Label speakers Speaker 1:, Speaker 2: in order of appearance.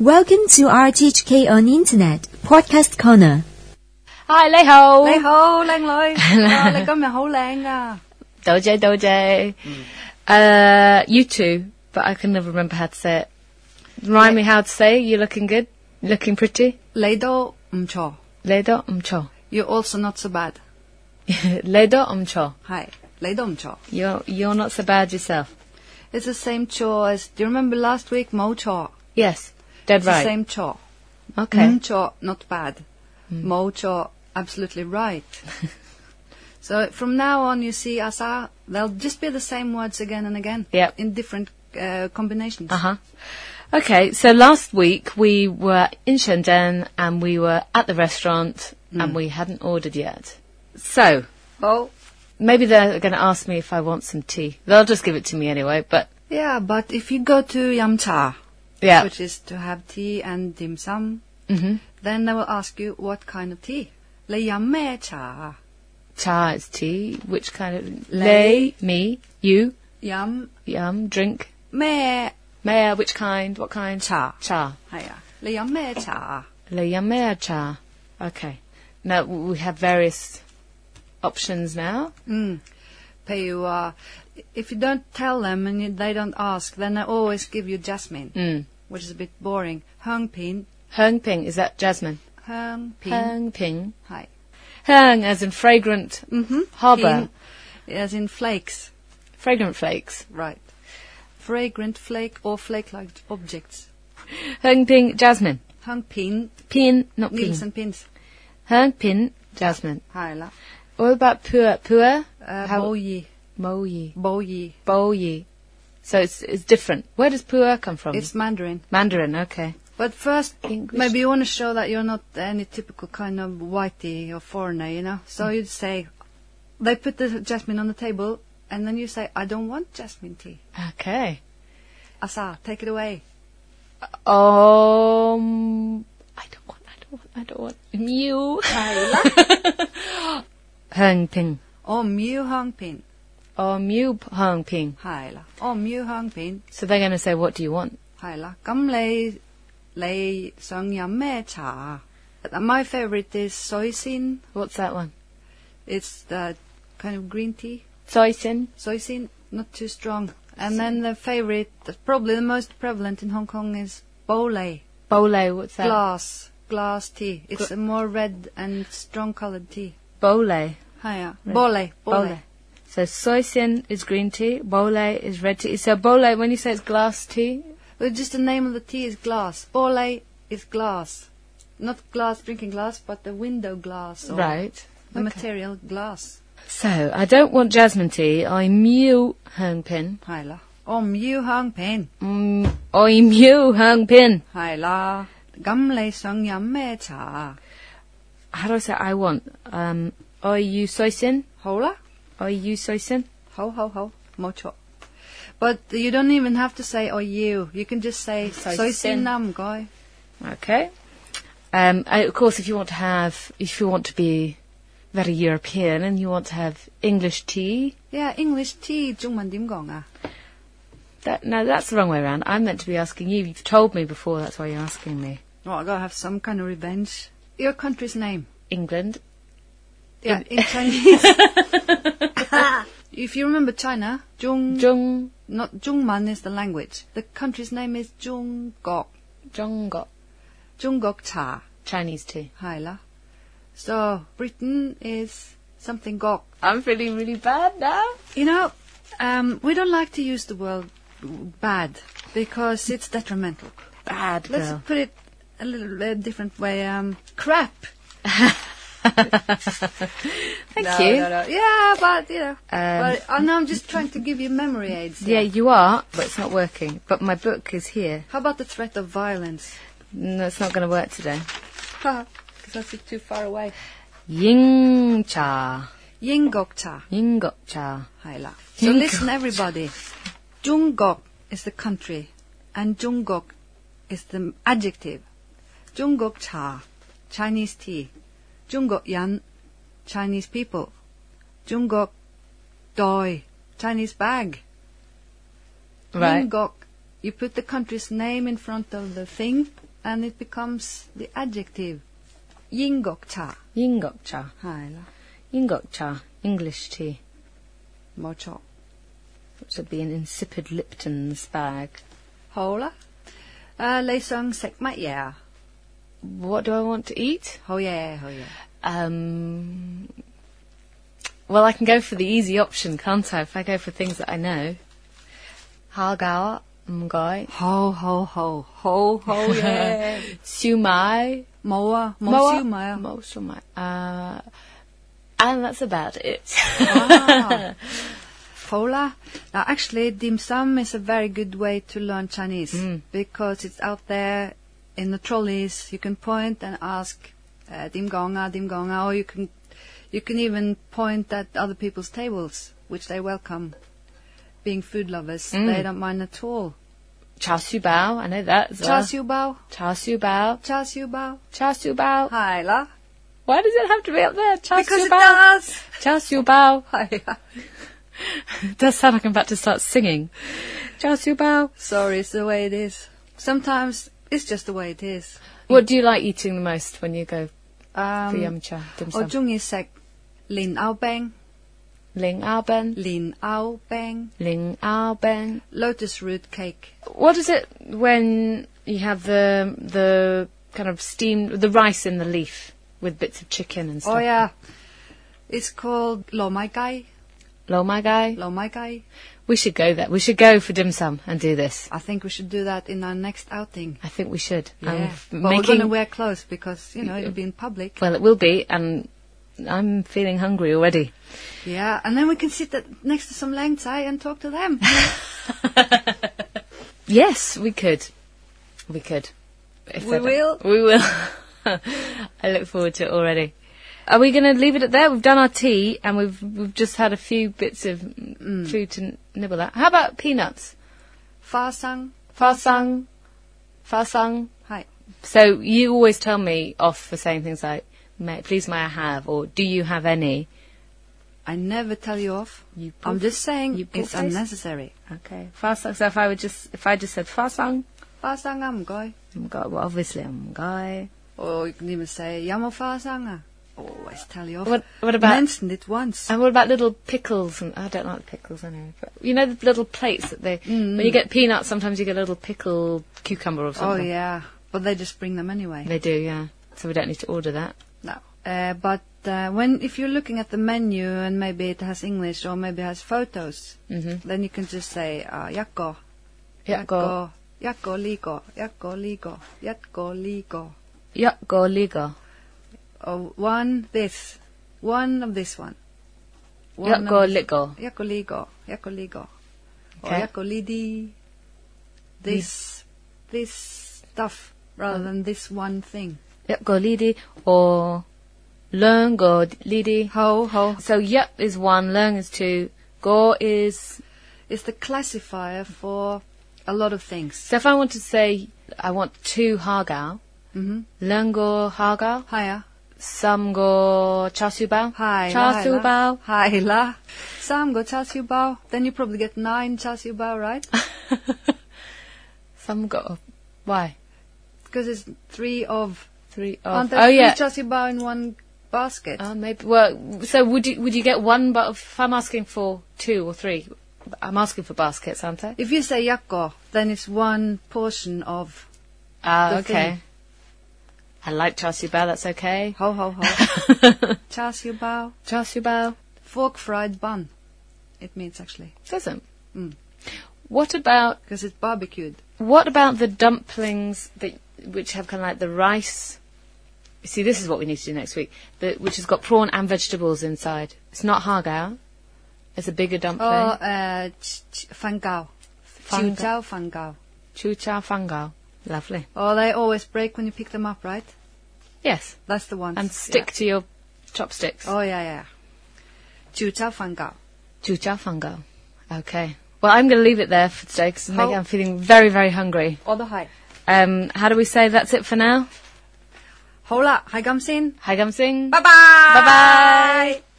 Speaker 1: Welcome to RTHK on Internet Podcast Corner。
Speaker 2: Hi，你好，
Speaker 3: 你好，靓女，哇你今日好靓啊！
Speaker 2: 多謝多謝。Uh, you too, but I can never remember how to say it. Remind me how to say it. you looking good, looking pretty. um,
Speaker 3: 你都唔错
Speaker 2: 你都唔 錯，
Speaker 3: ，You also not so bad，
Speaker 2: 你都唔錯。
Speaker 3: 系你都唔错。
Speaker 2: um, You're you're not so bad yourself.
Speaker 3: It's the same choice. Do you remember last week？冇错
Speaker 2: Yes, dead
Speaker 3: ，It's the
Speaker 2: right.
Speaker 3: same Mm-hmm. 错，
Speaker 2: Okay.
Speaker 3: 唔错，not bad，冇错，absolutely right。So from now on, you see, Asa, they'll just be the same words again and again,
Speaker 2: Yep.
Speaker 3: in different uh, combinations.
Speaker 2: Uh huh. Okay, so last week we were in Shenzhen and we were at the restaurant
Speaker 3: Mm.
Speaker 2: and we hadn't ordered yet. So
Speaker 3: Oh,
Speaker 2: maybe they're going to ask me if I want some tea. They'll just give it to me anyway. But
Speaker 3: yeah, but if you go to Yamcha,
Speaker 2: yeah,
Speaker 3: which is to have tea and dim sum.
Speaker 2: Mhm.
Speaker 3: Then they will ask you what kind of tea. 你飲咩茶啊？
Speaker 2: cha is tea. Which kind of lay
Speaker 3: Lay.
Speaker 2: me you yum drink
Speaker 3: 飲咩茶？係啊，你飲
Speaker 2: mea? Which kind? What kind? cha
Speaker 3: 咩茶啊？Cha.
Speaker 2: lay yum mea cha. Okay. Now w- we have various options now.
Speaker 3: 譬如話，i- Mm. uh, if you don't tell them and you, they don't ask, then they always give you jasmine,
Speaker 2: Mm.
Speaker 3: which is a bit boring. 香片，
Speaker 2: Heng ping is that jasmine?
Speaker 3: 香片，
Speaker 2: Heng ping.
Speaker 3: 係。
Speaker 2: Heng as in fragrant harbour.
Speaker 3: Ping, As in flakes,
Speaker 2: Fragrant flakes.
Speaker 3: right. Fragrant flake or flake-like objects.
Speaker 2: Heng ping jasmine.
Speaker 3: 香片,
Speaker 2: Pin not pin.
Speaker 3: Nielsen pins.
Speaker 2: Heng pin jasmine.
Speaker 3: 係啦。
Speaker 2: What about pure pure?
Speaker 3: Uh,
Speaker 2: How-
Speaker 3: Boyi.
Speaker 2: Mo yi.
Speaker 3: Boyi.
Speaker 2: Bo yi. So it's it's different. Where does pu'er come from?
Speaker 3: It's Mandarin.
Speaker 2: Mandarin, okay.
Speaker 3: But first,
Speaker 2: English.
Speaker 3: maybe you want to show that you're not any typical kind of whitey or foreigner, you know? So you'd say, they put the jasmine on the table, and then you say, I don't want jasmine tea.
Speaker 2: Okay.
Speaker 3: Asa, take it away.
Speaker 2: Um, I don't want, I don't want, I don't want. Mew. Heng ping.
Speaker 3: Oh, Miu Hong Pin.
Speaker 2: Oh, mew heng ping.
Speaker 3: Haila. Oh, Miu Hong Pin.
Speaker 2: So they're going to say, what do you want?
Speaker 3: Haila. Gum lei, lei song yam me cha. Uh, My favorite is soy sin.
Speaker 2: What's that one?
Speaker 3: It's the kind of green tea.
Speaker 2: Soy sin?
Speaker 3: Soy sin, not too strong. And then the favorite, probably the most prevalent in Hong Kong is bole.
Speaker 2: Bole, what's that?
Speaker 3: glass glass tea. It's a more red and strong colored tea.
Speaker 2: Bole.
Speaker 3: Hiya. Bole, bole.
Speaker 2: So soy sin is green tea, bole is red tea. So bole, when you say it's glass tea,
Speaker 3: Well, just the name of the tea is glass. Bole is glass. Not glass drinking glass, but the window glass
Speaker 2: Oh.
Speaker 3: or
Speaker 2: right.
Speaker 3: the material glass.
Speaker 2: So I don't want jasmine tea. I mew heng pin.
Speaker 3: Haila. Om yu hang pen.
Speaker 2: Mm, I mew heng pin.
Speaker 3: Haila. Gam lei song yam me cha.
Speaker 2: how do I say I want? Um, are you soisin?
Speaker 3: Hola.
Speaker 2: Are you soisin?
Speaker 3: Ho ho ho. Mocho. But you don't even have to say oh you. You can just say
Speaker 2: Soy
Speaker 3: soy
Speaker 2: sin.
Speaker 3: sin nam goi.
Speaker 2: Okay. Um, I- of course, if you want to have, if you want to be very European and you want to have English tea,
Speaker 3: Yeah, English tea 中文點講啊？
Speaker 2: that no, that's the wrong way around. I'm meant to be asking you. You've told me before. That's why you're asking me.
Speaker 3: Well, I gotta have some kind of revenge. Your country's name.
Speaker 2: England.
Speaker 3: Yeah, in Chinese. if you remember China, Zhong,
Speaker 2: Zhong
Speaker 3: not Zhongman is the language. The country's name is Zhonggok.
Speaker 2: Zhonggot
Speaker 3: Zhonggok Cha.
Speaker 2: Chinese tea.
Speaker 3: Hai la. So, Britain is something gok.
Speaker 2: I'm feeling really bad now.
Speaker 3: You know, um, we don't like to use the word bad because it's detrimental.
Speaker 2: Bad
Speaker 3: Let's
Speaker 2: girl.
Speaker 3: put it a little bit different way. Um, crap.
Speaker 2: Thank
Speaker 3: No,
Speaker 2: you.
Speaker 3: no, no. Yeah, but you know,
Speaker 2: Um,
Speaker 3: but I know I'm just trying to give you memory aids.
Speaker 2: Yeah,
Speaker 3: here.
Speaker 2: you are, but it's not working. But my book is here.
Speaker 3: How about the threat of violence?
Speaker 2: No, it's not going to work today.
Speaker 3: Because that's too far away.
Speaker 2: Ying cha.
Speaker 3: Yingokcha,
Speaker 2: Yingok cha.
Speaker 3: Haila. So
Speaker 2: Yingok.
Speaker 3: listen, everybody. Jungok is the country, and Jungok is the adjective. Jungokcha, Chinese tea. Jungok yan, Chinese people. Jungok doi, Chinese bag.
Speaker 2: Right.
Speaker 3: Yingok. You put the country's name in front of the thing, and it becomes the adjective yingokcha.
Speaker 2: Yingokcha.
Speaker 3: Haila.
Speaker 2: Yingokcha. English tea.
Speaker 3: Mocho.
Speaker 2: Which would be an insipid Lipton's bag.
Speaker 3: Hola. Uh, lei sung sek mat yeah.
Speaker 2: What do I want to eat?
Speaker 3: Ho yeah, ho yeah.
Speaker 2: Um, well, I can go for the easy option, can't I? If I go for things that I know. Halgawa, mgai,
Speaker 3: Ho, ho, ho. Ho, ho yeah.
Speaker 2: sumai,
Speaker 3: Moa.
Speaker 2: moa-
Speaker 3: Mosu maya.
Speaker 2: Oh, mo sumai. Uh, and that's about it.
Speaker 3: Ah. Fola. Now, actually, dim sum is a very good way to learn Chinese
Speaker 2: Hmm.
Speaker 3: because it's out there in the trolleys. You can point and ask uh, dim gonga, dim gonga, or you can you can even point at other people's tables, which they welcome. Being food lovers,
Speaker 2: Hmm.
Speaker 3: they don't mind at all.
Speaker 2: Cha su bao, I know that as well.
Speaker 3: Cha siu bao,
Speaker 2: Cha su bao,
Speaker 3: cha siu bao,
Speaker 2: cha su bao.
Speaker 3: hai la.
Speaker 2: Why does it have to be up there? Cha
Speaker 3: Because
Speaker 2: su
Speaker 3: it
Speaker 2: bao,
Speaker 3: does.
Speaker 2: cha su bao.
Speaker 3: Hai la.
Speaker 2: It does sound like I'm about to start singing. Cha su bao.
Speaker 3: Sorry, it's the way it is. Sometimes it's just the way it is.
Speaker 2: What do you like eating the most when you go
Speaker 3: Um,
Speaker 2: for yum cha dim
Speaker 3: Og
Speaker 2: sum?
Speaker 3: Jung is like Lin Ao Bang,
Speaker 2: Ling ao ben,
Speaker 3: Lin Ao Bang,
Speaker 2: ling ao ben.
Speaker 3: Lotus Root Cake.
Speaker 2: What is it when you have the the kind of steamed the rice in the leaf with bits of chicken and stuff?
Speaker 3: Oh yeah, it's called Lo Mai Gai.
Speaker 2: Lo my guy.
Speaker 3: Lo Mai Gai.
Speaker 2: We should go there. We should go for dim sum and do this.
Speaker 3: I think we should do that in our next outing.
Speaker 2: I think we should. I'm
Speaker 3: Yeah,
Speaker 2: f-
Speaker 3: but we're
Speaker 2: making
Speaker 3: gonna wear clothes because you know it'll be in public.
Speaker 2: well, it will be, and I'm feeling hungry already.
Speaker 3: Yeah, and then we can sit at, next to some lang chai and talk to them.
Speaker 2: Yes, we could. We could. If
Speaker 3: We
Speaker 2: I don't-
Speaker 3: will.
Speaker 2: We will. I look forward to it already. Are we going to leave it at there? We've done our tea and we've we've just had a few bits of mm, food to n- nibble at. How about peanuts?
Speaker 3: Fa sang,
Speaker 2: Fasang, fasang.
Speaker 3: hi.
Speaker 2: So you always tell me off for saying things like, may, "Please, may I have?" or "Do you have any?"
Speaker 3: I never tell you off.
Speaker 2: You
Speaker 3: I'm just saying
Speaker 2: you
Speaker 3: it's
Speaker 2: poof-faced.
Speaker 3: unnecessary.
Speaker 2: Okay, fasang. So if I would just if I just said fasang,
Speaker 3: Fa sang am goi.
Speaker 2: I'm guy. Well, obviously I'm guy.
Speaker 3: Or you can even say e yamo fa sanga. Always tell you off.
Speaker 2: What- what about- Oh,
Speaker 3: mentioned it once?
Speaker 2: And what about little pickles? And I don't like pickles anyway. But you know the little plates that they when you get peanuts, sometimes you get a little pickle cucumber or
Speaker 3: Oh
Speaker 2: something.
Speaker 3: yeah, but they just bring them anyway.
Speaker 2: they do. Yeah, so we don't need to order that.
Speaker 3: No, uh, but uh, when if you're looking at the menu and maybe it has English or maybe it has photos,
Speaker 2: Mm-hmm.
Speaker 3: then you can just say uh, yakko,
Speaker 2: Yakgo,
Speaker 3: yakko ligo, yakko ligo, yakko ligo,
Speaker 2: yakgo ligo,
Speaker 3: or Oh, one this, one of this one, one
Speaker 2: yakgo
Speaker 3: of this-
Speaker 2: ligo.
Speaker 3: yakko ligo, yakko ligo, or
Speaker 2: Okay.
Speaker 3: yakko lidi, this, this stuff rather than this one thing.
Speaker 2: Yakgo lidi or learn go lidi.
Speaker 3: Ho ho
Speaker 2: So yep is one, learn is two, go is.
Speaker 3: It's the classifier for a lot of things.
Speaker 2: So if I want to say I want two hargao,
Speaker 3: Mm-hmm.
Speaker 2: learn go hargao,
Speaker 3: Hiya.
Speaker 2: some go chasu bao,
Speaker 3: Hi.
Speaker 2: chasu bao.
Speaker 3: Hi la. Sam go char siu bao. Then you probably get nine char siu bao, right?
Speaker 2: Some got why
Speaker 3: Because it's three of.
Speaker 2: three.
Speaker 3: Aren't
Speaker 2: Of,
Speaker 3: there
Speaker 2: oh
Speaker 3: three
Speaker 2: yeah.
Speaker 3: char siu bao in one basket?
Speaker 2: Oh, maybe. Well, so would you would you get one? But if I'm asking for two or three, I'm asking for baskets, aren't I?
Speaker 3: if you say yakko, then it's one portion of.
Speaker 2: Ah,
Speaker 3: The
Speaker 2: okay.
Speaker 3: thing.
Speaker 2: I like char siu bao. That's okay.
Speaker 3: Ho ho ho.
Speaker 2: char
Speaker 3: char siu bao.
Speaker 2: siu bao
Speaker 3: Fork fried bun. It means actually.
Speaker 2: doesn't.
Speaker 3: Mm.
Speaker 2: What about
Speaker 3: Because it's barbecued.
Speaker 2: what about the dumplings that which have kind of like the rice? See, this is what we need to do next week. The, which has got prawn and vegetables inside. It's not hargao. It's a bigger dumpling.
Speaker 3: Or uh, ch- ch- fangao.
Speaker 2: Fangao.
Speaker 3: Chiu chao fangao.
Speaker 2: Chu cha fangao. Lovely.
Speaker 3: Oh, they always break when you pick them up, right?
Speaker 2: Yes.
Speaker 3: That's the one.
Speaker 2: And stick to your chopsticks.
Speaker 3: Oh yeah, yeah. Chu chao fan gao.
Speaker 2: Chu cha fangao. Okay. Well, I'm going to leave it there for today because
Speaker 3: How-
Speaker 2: I'm feeling very, very hungry.
Speaker 3: Or the hai.
Speaker 2: Um, how do we say that's it for now?
Speaker 3: Hola, hai gam sin.
Speaker 2: Hagam Singh.
Speaker 3: Bye bye.
Speaker 2: Bye-bye.